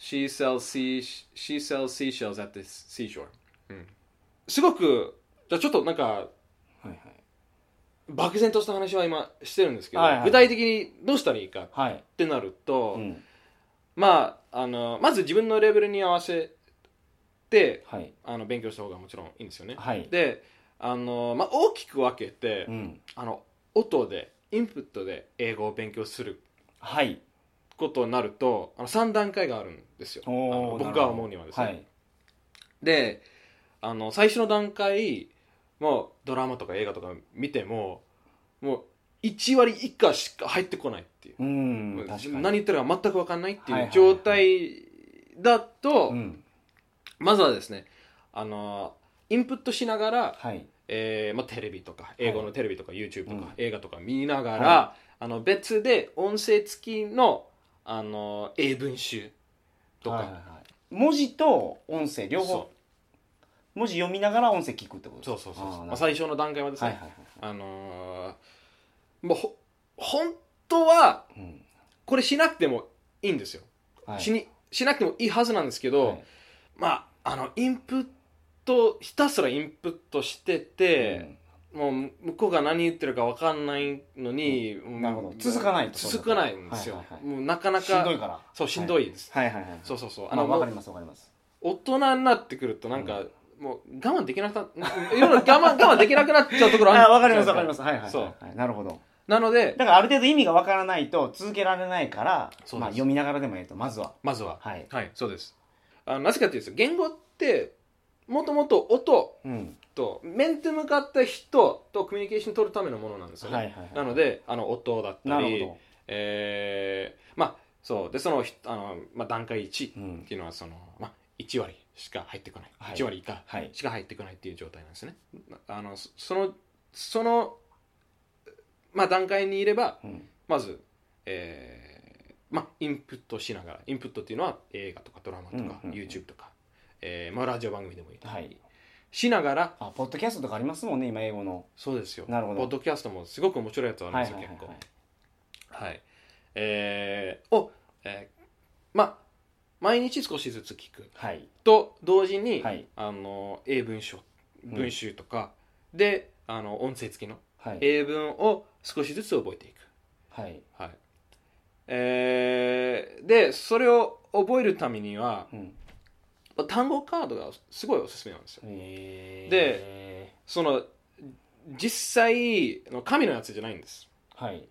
Speaker 2: she, sells sea, she sells seashells at the seashore. うん。すごく、じゃあちょっとなんか、
Speaker 1: はいはい。
Speaker 2: 漠然とした話は今してるんですけど、
Speaker 1: はいはい
Speaker 2: 具体的にどうしたらいいかっ
Speaker 1: はい。
Speaker 2: てなると、
Speaker 1: うん。
Speaker 2: まあ、あのまず自分のレベルに合わせて
Speaker 1: はい。
Speaker 2: あの勉強した方がもちろんいいんですよね。
Speaker 1: はい。
Speaker 2: であの、まあ、大きく分けて、
Speaker 1: うん。
Speaker 2: あの音でインプットで英語を勉強する
Speaker 1: はい。
Speaker 2: ことになるとあの3段階があるんですよあ
Speaker 1: おー
Speaker 2: の
Speaker 1: な
Speaker 2: 僕
Speaker 1: るほ
Speaker 2: が
Speaker 1: ど
Speaker 2: 思うにはですね。
Speaker 1: はい。
Speaker 2: であの最初の段階もうドラマとか映画とか見てももう1割以下しか入ってこないっていう
Speaker 1: うん。確かに。
Speaker 2: 何言ってるか全く分かんないって
Speaker 1: はい
Speaker 2: い
Speaker 1: は
Speaker 2: う
Speaker 1: い
Speaker 2: 状態だと、
Speaker 1: うん。
Speaker 2: まずはですね、あのインプットしながら、
Speaker 1: はい。
Speaker 2: えーまあ、テレビとか、英語のテレビとか、YouTube とか、
Speaker 1: うん
Speaker 2: 映画とか見ながら、
Speaker 1: は
Speaker 2: あの別で音声付きの、あの英文集とか、
Speaker 1: はいはいはい文字と音声両
Speaker 2: そ
Speaker 1: 方文字読みながら音声聞くってこと
Speaker 2: そうそうそうそ
Speaker 1: あー
Speaker 2: うまあ、
Speaker 1: なる
Speaker 2: 最初の段階はです
Speaker 1: ほど
Speaker 2: ね、
Speaker 1: はいはい
Speaker 2: あのーもうほ本当は
Speaker 1: はいうん
Speaker 2: これしなくてもいいんですよ、
Speaker 1: はい
Speaker 2: しにしなくてもいいはずなんですけど、
Speaker 1: はい
Speaker 2: まああのインプットひたすらインプットしてて、もう向こうが何言ってるか分かんないのに、もう
Speaker 1: なるほど続かないと
Speaker 2: 続かないんですよ、
Speaker 1: はいはいはい
Speaker 2: もうなかな
Speaker 1: うん
Speaker 2: か
Speaker 1: しんどいから
Speaker 2: そうしんどいです、
Speaker 1: はいはいはい
Speaker 2: そううそうそう
Speaker 1: あ
Speaker 2: あの、
Speaker 1: のわかり
Speaker 2: もう
Speaker 1: ますわかります
Speaker 2: 大人になってくるとなんか、もう我慢できなくなっいろいろ我慢 我慢できなくなっちゃうところ
Speaker 1: あわかりますわかりますすはいはいはい
Speaker 2: そう
Speaker 1: はいなるほど
Speaker 2: なので
Speaker 1: だからある程度意味がわからないと続けられないから
Speaker 2: そうです
Speaker 1: まあ読みながらでもいいとまずは
Speaker 2: まずは
Speaker 1: はい
Speaker 2: はいそうですあのなぜかっていうと言語ってもともと音
Speaker 1: うん
Speaker 2: と面と向かった人とコミュニケーション取るためのものなんですよね、
Speaker 1: はいはいはい
Speaker 2: なのであの音だった
Speaker 1: な
Speaker 2: り
Speaker 1: るほ
Speaker 2: えー、まあそうでそのひあの、まあ、段階1
Speaker 1: どう
Speaker 2: っ
Speaker 1: ん
Speaker 2: ていうのはその、まあ、1割しか入ってこない、
Speaker 1: はい
Speaker 2: 1割以下
Speaker 1: はい
Speaker 2: しか入ってこないっていう状態なんですねなあのそそのそのまあ、段階にいれば
Speaker 1: うん
Speaker 2: まず、えーまあ、インプットしながらインプットっていうのは映画とかドラマと
Speaker 1: うん
Speaker 2: か
Speaker 1: うんうん
Speaker 2: YouTube とか、えーまあ、ラジオ番組でもいい
Speaker 1: はい
Speaker 2: しながら
Speaker 1: あポッドキャストとかありますもんね今英語の
Speaker 2: そうですよ
Speaker 1: なるほど
Speaker 2: ポッドキャストもすごく面白いやつあるん
Speaker 1: は
Speaker 2: で
Speaker 1: い
Speaker 2: す
Speaker 1: はい
Speaker 2: よ、
Speaker 1: はいはい
Speaker 2: 結構はいえーを、えーまあ毎日少しずつ聞く
Speaker 1: はい
Speaker 2: と同時に、
Speaker 1: はい
Speaker 2: あの英文書
Speaker 1: ん
Speaker 2: 文集とか、であの音声付きの
Speaker 1: はい
Speaker 2: 英文を少しずつ覚えていく
Speaker 1: はい
Speaker 2: はいえーでそれを覚えるためには
Speaker 1: うん
Speaker 2: 単語カードがすごいおすすめなんですよ
Speaker 1: で
Speaker 2: その実際の神のやつじゃないんです
Speaker 1: はい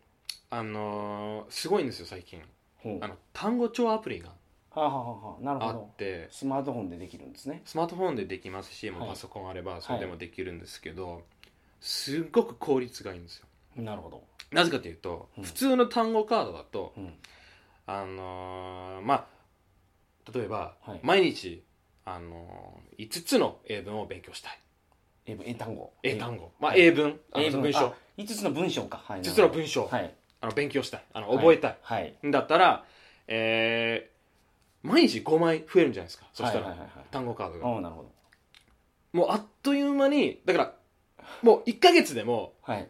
Speaker 2: あのーすごいんですよ最近
Speaker 1: ほう
Speaker 2: あの単語帳アプリが
Speaker 1: はあはあはあはあなるほ
Speaker 2: あ
Speaker 1: ど
Speaker 2: って
Speaker 1: スマートフォンでできるんですね
Speaker 2: スマートフォンでできますし、まあ
Speaker 1: はい
Speaker 2: パソコンあればそれでもできるんですけど、すっごく効率がいいんですよ
Speaker 1: なるほど
Speaker 2: なぜかというと、
Speaker 1: うん
Speaker 2: 普通の単語カードだと
Speaker 1: うん
Speaker 2: あのーまあ例えば、
Speaker 1: はい
Speaker 2: 毎日あのー5つの英文を勉強したい
Speaker 1: 英文英単語
Speaker 2: 英単語、まあ、
Speaker 1: はい
Speaker 2: 英文あの
Speaker 1: 英文
Speaker 2: 文章
Speaker 1: あ五つの文章かはい
Speaker 2: 5つの文章、
Speaker 1: はい
Speaker 2: あの勉強したいあの覚えたい、
Speaker 1: はい
Speaker 2: だったら、えー毎日5枚増えるんじゃないですかそした
Speaker 1: は
Speaker 2: ら、
Speaker 1: いはいはいはい
Speaker 2: 単語カードが
Speaker 1: ああなるほど
Speaker 2: もうあっという間にだからもう1ヶ月でも
Speaker 1: はい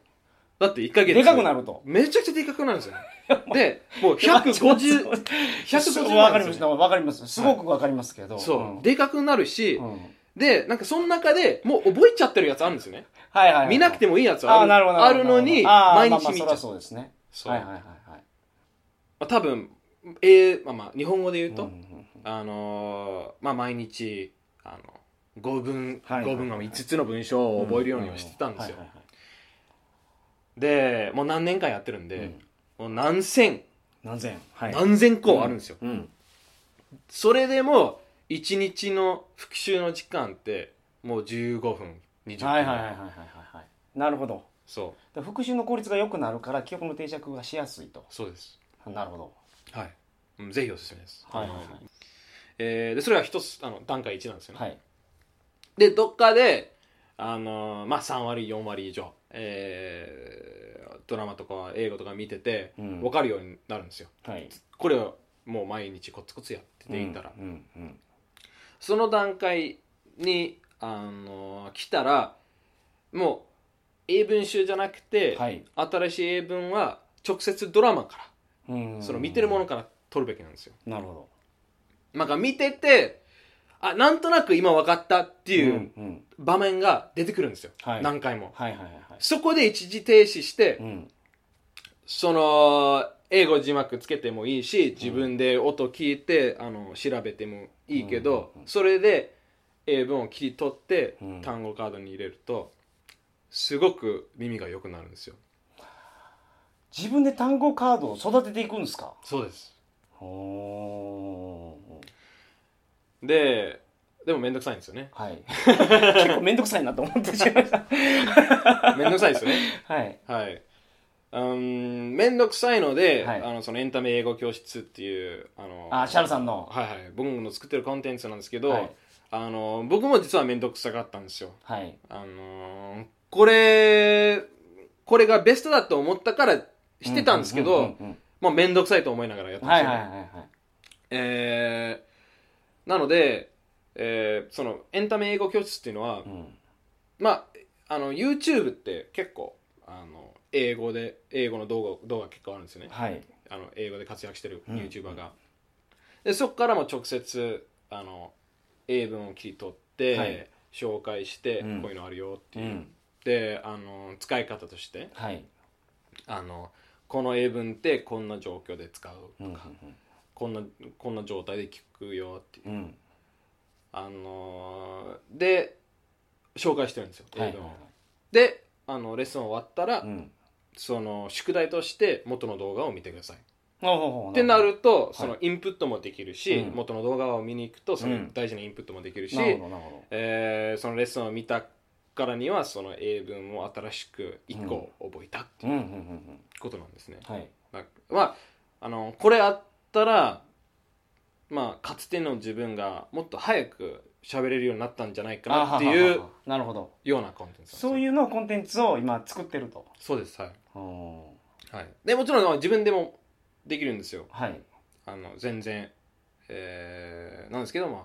Speaker 2: だって1ヶ月
Speaker 1: でかくなると
Speaker 2: めちゃくちゃでかくなるんですよね でもう150 150
Speaker 1: わ
Speaker 2: 万
Speaker 1: か
Speaker 2: で
Speaker 1: り
Speaker 2: す
Speaker 1: まし
Speaker 2: よ
Speaker 1: たわかりますすごくわかりますけど
Speaker 2: ね、そう、
Speaker 1: ん
Speaker 2: でかくなるし、
Speaker 1: うん
Speaker 2: でなんかその中でもう覚えちゃってるやつあるんですよね
Speaker 1: はいはいはい
Speaker 2: 見なくてもいいやつ
Speaker 1: あ
Speaker 2: あ
Speaker 1: あ
Speaker 2: る
Speaker 1: なるほどな
Speaker 2: あ
Speaker 1: ほ
Speaker 2: る
Speaker 1: ど
Speaker 2: のに
Speaker 1: ああ
Speaker 2: 毎
Speaker 1: まあま
Speaker 2: 日
Speaker 1: あそり
Speaker 2: 見ちゃ
Speaker 1: ゃ
Speaker 2: う
Speaker 1: そうですね
Speaker 2: そう
Speaker 1: はいはいはいはい
Speaker 2: まあ多分えーまあまあ日本語で言うと、
Speaker 1: うんうんうん
Speaker 2: あのーまあ毎日あの5文、
Speaker 1: はい
Speaker 2: 5文が5つの文章を覚えるようにはしてたんですよ、
Speaker 1: うはいはいはい
Speaker 2: でもう何年間やってるんで、もう何千
Speaker 1: 何千は
Speaker 2: 何千個あるんですよ、
Speaker 1: うん
Speaker 2: それでも1日の復習の時間ってもう15分20分、
Speaker 1: はいはいはいはいはいはいなるほど
Speaker 2: そう
Speaker 1: で復習の効率が良くなるから記憶の定着がしやすいと
Speaker 2: そうです
Speaker 1: なるほど
Speaker 2: はいうんぜひおすすめです、
Speaker 1: はいはいはい
Speaker 2: あのえーでそれは一つあの段階1なんですよね、
Speaker 1: はい
Speaker 2: でどっかで、あのーまあ、3割4割以上、えードラマとか映画とか見てて
Speaker 1: うん
Speaker 2: 分かるようになるんですよ、
Speaker 1: はい
Speaker 2: これをもう毎日コツコツやってていいから、
Speaker 1: うんうん
Speaker 2: その段階に、あのー来たらもう英文集じゃなく
Speaker 1: う
Speaker 2: て、
Speaker 1: んはい
Speaker 2: 新しい英文は直接ドラマか
Speaker 1: うん
Speaker 2: らその見てるものから取るべきなんですよ、
Speaker 1: なるほ
Speaker 2: なんか見ててあなんとなく今分かったって
Speaker 1: ど
Speaker 2: いうん
Speaker 1: うん
Speaker 2: 場面が出てくるんですよ、
Speaker 1: はい
Speaker 2: 何回も
Speaker 1: はいはいはいはい
Speaker 2: そこで一時停止して、
Speaker 1: うん
Speaker 2: その英語字幕つけてもいいし自分で音聞いて、あの調べてもいいけど、
Speaker 1: うんうんうん
Speaker 2: それで英文を切り取って、
Speaker 1: うん
Speaker 2: 単語カードに入れるとすごく耳が良くなるんですよ
Speaker 1: 自分で単語カードを育てていくんですか
Speaker 2: そうです
Speaker 1: おー
Speaker 2: ででも面倒くさいんですよね
Speaker 1: はい結構めんどくさいなと思ってしまいました
Speaker 2: 面倒くさいですよね
Speaker 1: はい
Speaker 2: はいうん面倒くさいので、
Speaker 1: はい
Speaker 2: あのそのエンタメ英語教室っていうあの
Speaker 1: あシャルさんの
Speaker 2: はいはい僕の作ってるコンテンツなんですけど、
Speaker 1: はい
Speaker 2: あの僕も実は面倒くさかったんですよ
Speaker 1: はい
Speaker 2: あのーこれ、これがベストだと思ったからしてたんですけ
Speaker 1: う
Speaker 2: ど
Speaker 1: う、ん
Speaker 2: まあ、めんどくさいと思いながらやっ
Speaker 1: う
Speaker 2: て
Speaker 1: ん
Speaker 2: ま
Speaker 1: は
Speaker 2: し
Speaker 1: い
Speaker 2: た、
Speaker 1: はいはいはい
Speaker 2: えーなので、えーその、エンタメ英語教室っていうのは、
Speaker 1: うん
Speaker 2: まあ、あの、YouTube って結構、あの、英語で、英語の動画、動画結構あるんですよね。
Speaker 1: はい
Speaker 2: あの、英語で活躍してる
Speaker 1: うん
Speaker 2: YouTuber が。で、そこからも直接、あの、英文を切り取って、
Speaker 1: はい
Speaker 2: 紹介して、
Speaker 1: うん
Speaker 2: こういうのあるよって
Speaker 1: う
Speaker 2: いう。
Speaker 1: ん
Speaker 2: であの使い方として
Speaker 1: はい
Speaker 2: あのこの英文ってこんな状況で使う
Speaker 1: うんうん
Speaker 2: こんなこんな状態で聞くよっていう
Speaker 1: うんうん
Speaker 2: あのーで紹介してるんですよ英
Speaker 1: は
Speaker 2: 文
Speaker 1: い
Speaker 2: を、
Speaker 1: はいはい
Speaker 2: であのレッスン終わったら、
Speaker 1: うん
Speaker 2: その宿題として元の動画を見てください
Speaker 1: ほうほうほう
Speaker 2: ってな
Speaker 1: る
Speaker 2: ると、
Speaker 1: い
Speaker 2: そのインプットもできるし、
Speaker 1: うん
Speaker 2: 元の動画を見に行くとそうの
Speaker 1: ん
Speaker 2: 大事なインプットもできるし、
Speaker 1: なるほどなるほ
Speaker 2: えーそのレッスンを見たからにはその英文を新しく1個覚えたっ
Speaker 1: ど
Speaker 2: て
Speaker 1: う
Speaker 2: いう
Speaker 1: んうんうんうん
Speaker 2: ことなんですね、
Speaker 1: はい
Speaker 2: まあ、まあ、あのこれあったら、まあ、かつての自分がもっと早く喋れるようになったんじゃないか
Speaker 1: あはは
Speaker 2: な
Speaker 1: は
Speaker 2: っていう
Speaker 1: なるほど
Speaker 2: ようなコンテンツ
Speaker 1: そう
Speaker 2: う
Speaker 1: いうのをコンテンツを今作ってると
Speaker 2: そうですはい、
Speaker 1: うん
Speaker 2: はい、でもちろん自分でもできるんですよ
Speaker 1: はい
Speaker 2: あの全然、えーなんですけどまあ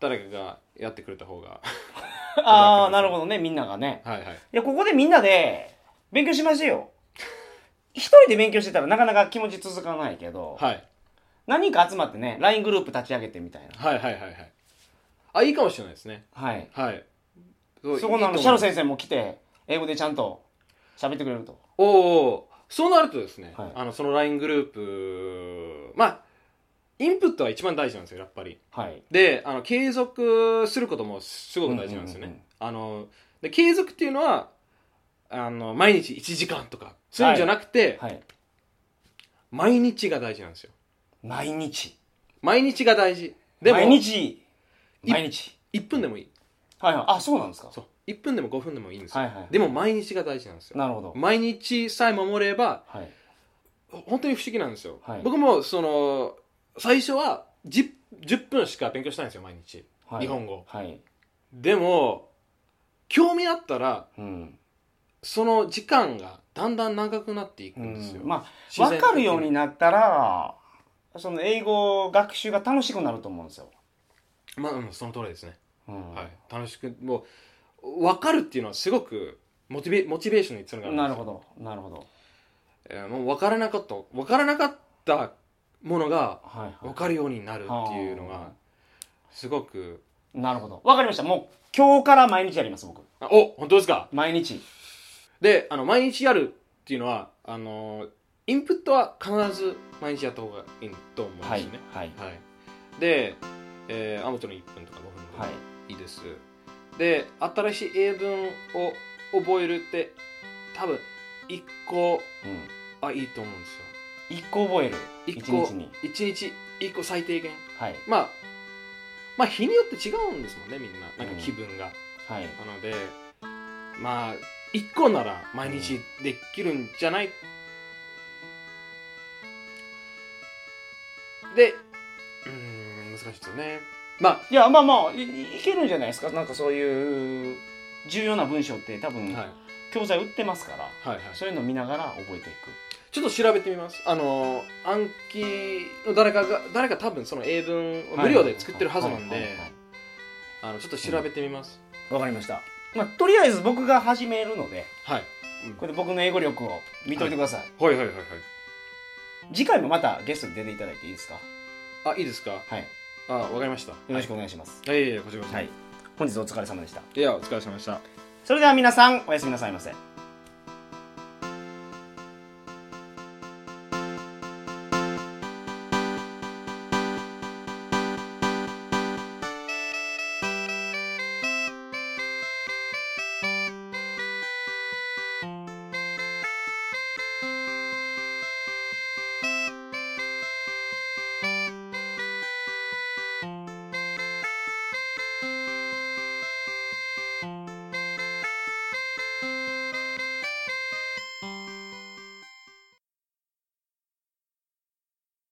Speaker 2: 誰かがやってくれた方が
Speaker 1: ああなるほどねみんながね
Speaker 2: はいはい
Speaker 1: いやここでみんなで勉強しましょうよ一人で勉強してたらなかなか気持ち続かないけど、
Speaker 2: はい
Speaker 1: 何人か集まってね LINE グループ立ち上げてみたいな
Speaker 2: はいはいはいはいあいいかもしれないですね
Speaker 1: はい
Speaker 2: はい
Speaker 1: そこのあの
Speaker 2: いい
Speaker 1: シャロ
Speaker 2: と思います
Speaker 1: 先生も来て英語でちゃんと喋ってくれると
Speaker 2: おうおうそうなるとですね、
Speaker 1: はい
Speaker 2: あのその LINE グループまあインプットは一番大事なんですよやっぱり
Speaker 1: はい
Speaker 2: であの継続することもすごく大事なんですよね、
Speaker 1: うんうんうん
Speaker 2: あので継続っていうのはあの毎日1時間とかそういうんじゃなくて、
Speaker 1: はい
Speaker 2: 毎日が大事なんですよ
Speaker 1: 毎日
Speaker 2: 毎日が大事でも
Speaker 1: 毎日毎日
Speaker 2: 1分でもいい
Speaker 1: はいはいあそうなんですか
Speaker 2: そう1分でも5分でもいいんですよ、
Speaker 1: はいはい
Speaker 2: でも毎日が大事なんですよ
Speaker 1: なるほど
Speaker 2: 毎日さえ守れば
Speaker 1: はい
Speaker 2: 本当に不思議なんですよ、
Speaker 1: はい
Speaker 2: 僕もその最初は 10, 10分しか勉強したいんですよ毎日
Speaker 1: はい
Speaker 2: 日本語
Speaker 1: はい
Speaker 2: でも興味あったら
Speaker 1: うん
Speaker 2: その時間がだんだん長くなっていくんですよ、
Speaker 1: まあ
Speaker 2: 自然
Speaker 1: 分
Speaker 2: 的
Speaker 1: かるようになったらその英語学習が楽しくなると思うんですよ、
Speaker 2: まあうんその通りですね、
Speaker 1: うん
Speaker 2: はい、楽しくもう分かるっていうのはすごくモチベモチベーションにつながるんですよ
Speaker 1: なるほどなるほど
Speaker 2: えーもう分からなかった分からなかったものが
Speaker 1: はいはい
Speaker 2: 分かるようになるっていうのがすごく
Speaker 1: なるほどわかりましたもう今日から毎日やります僕
Speaker 2: あお本当ですか
Speaker 1: 毎日
Speaker 2: であの毎日やるっていうのはあのーインプットは必ず毎日やった方がいいと思うんです
Speaker 1: はい
Speaker 2: よね、
Speaker 1: はい
Speaker 2: はいで、えー、あもちろん1分とか5分
Speaker 1: はい
Speaker 2: でいいです、で新しい英文を覚えるって多分1個
Speaker 1: う
Speaker 2: はいいと思うんですよ
Speaker 1: ん一個覚える
Speaker 2: 一
Speaker 1: 一
Speaker 2: 個
Speaker 1: 日に
Speaker 2: 1日1個最低限
Speaker 1: はい
Speaker 2: まあ、まあ日によって違うんですもんねみんななんか気分が、
Speaker 1: はい
Speaker 2: なのでまあ1個なら毎日できるんじゃない、でうーん難しいですよねまあ
Speaker 1: いやまあまあいいけるんじゃないですかなんかそういう重要な文章って多分、
Speaker 2: はい
Speaker 1: 教材売ってますから
Speaker 2: はいはい
Speaker 1: そういうの見ながら覚えてい
Speaker 2: ちょっと調べてみますあの暗記の誰かが誰か多分その英文
Speaker 1: く
Speaker 2: を無料で作ってるはずな
Speaker 1: は
Speaker 2: ん
Speaker 1: い
Speaker 2: で
Speaker 1: はいはい
Speaker 2: あのちょっと調べてみます、
Speaker 1: わかりましたまあとりあえず僕が始めるので
Speaker 2: はい、
Speaker 1: これで僕の英語力を見といてください、
Speaker 2: はいはいはいはい
Speaker 1: 次回もまたゲストに出ていただいていいですか
Speaker 2: あいいですか
Speaker 1: はいよ
Speaker 2: あわかりました
Speaker 1: ろしくお願いします、
Speaker 2: はいいやいやこちらこそ
Speaker 1: はい、本日お疲れ様でした
Speaker 2: いやお疲れ様でした
Speaker 1: それでは皆さんおやすみなさいませ
Speaker 2: お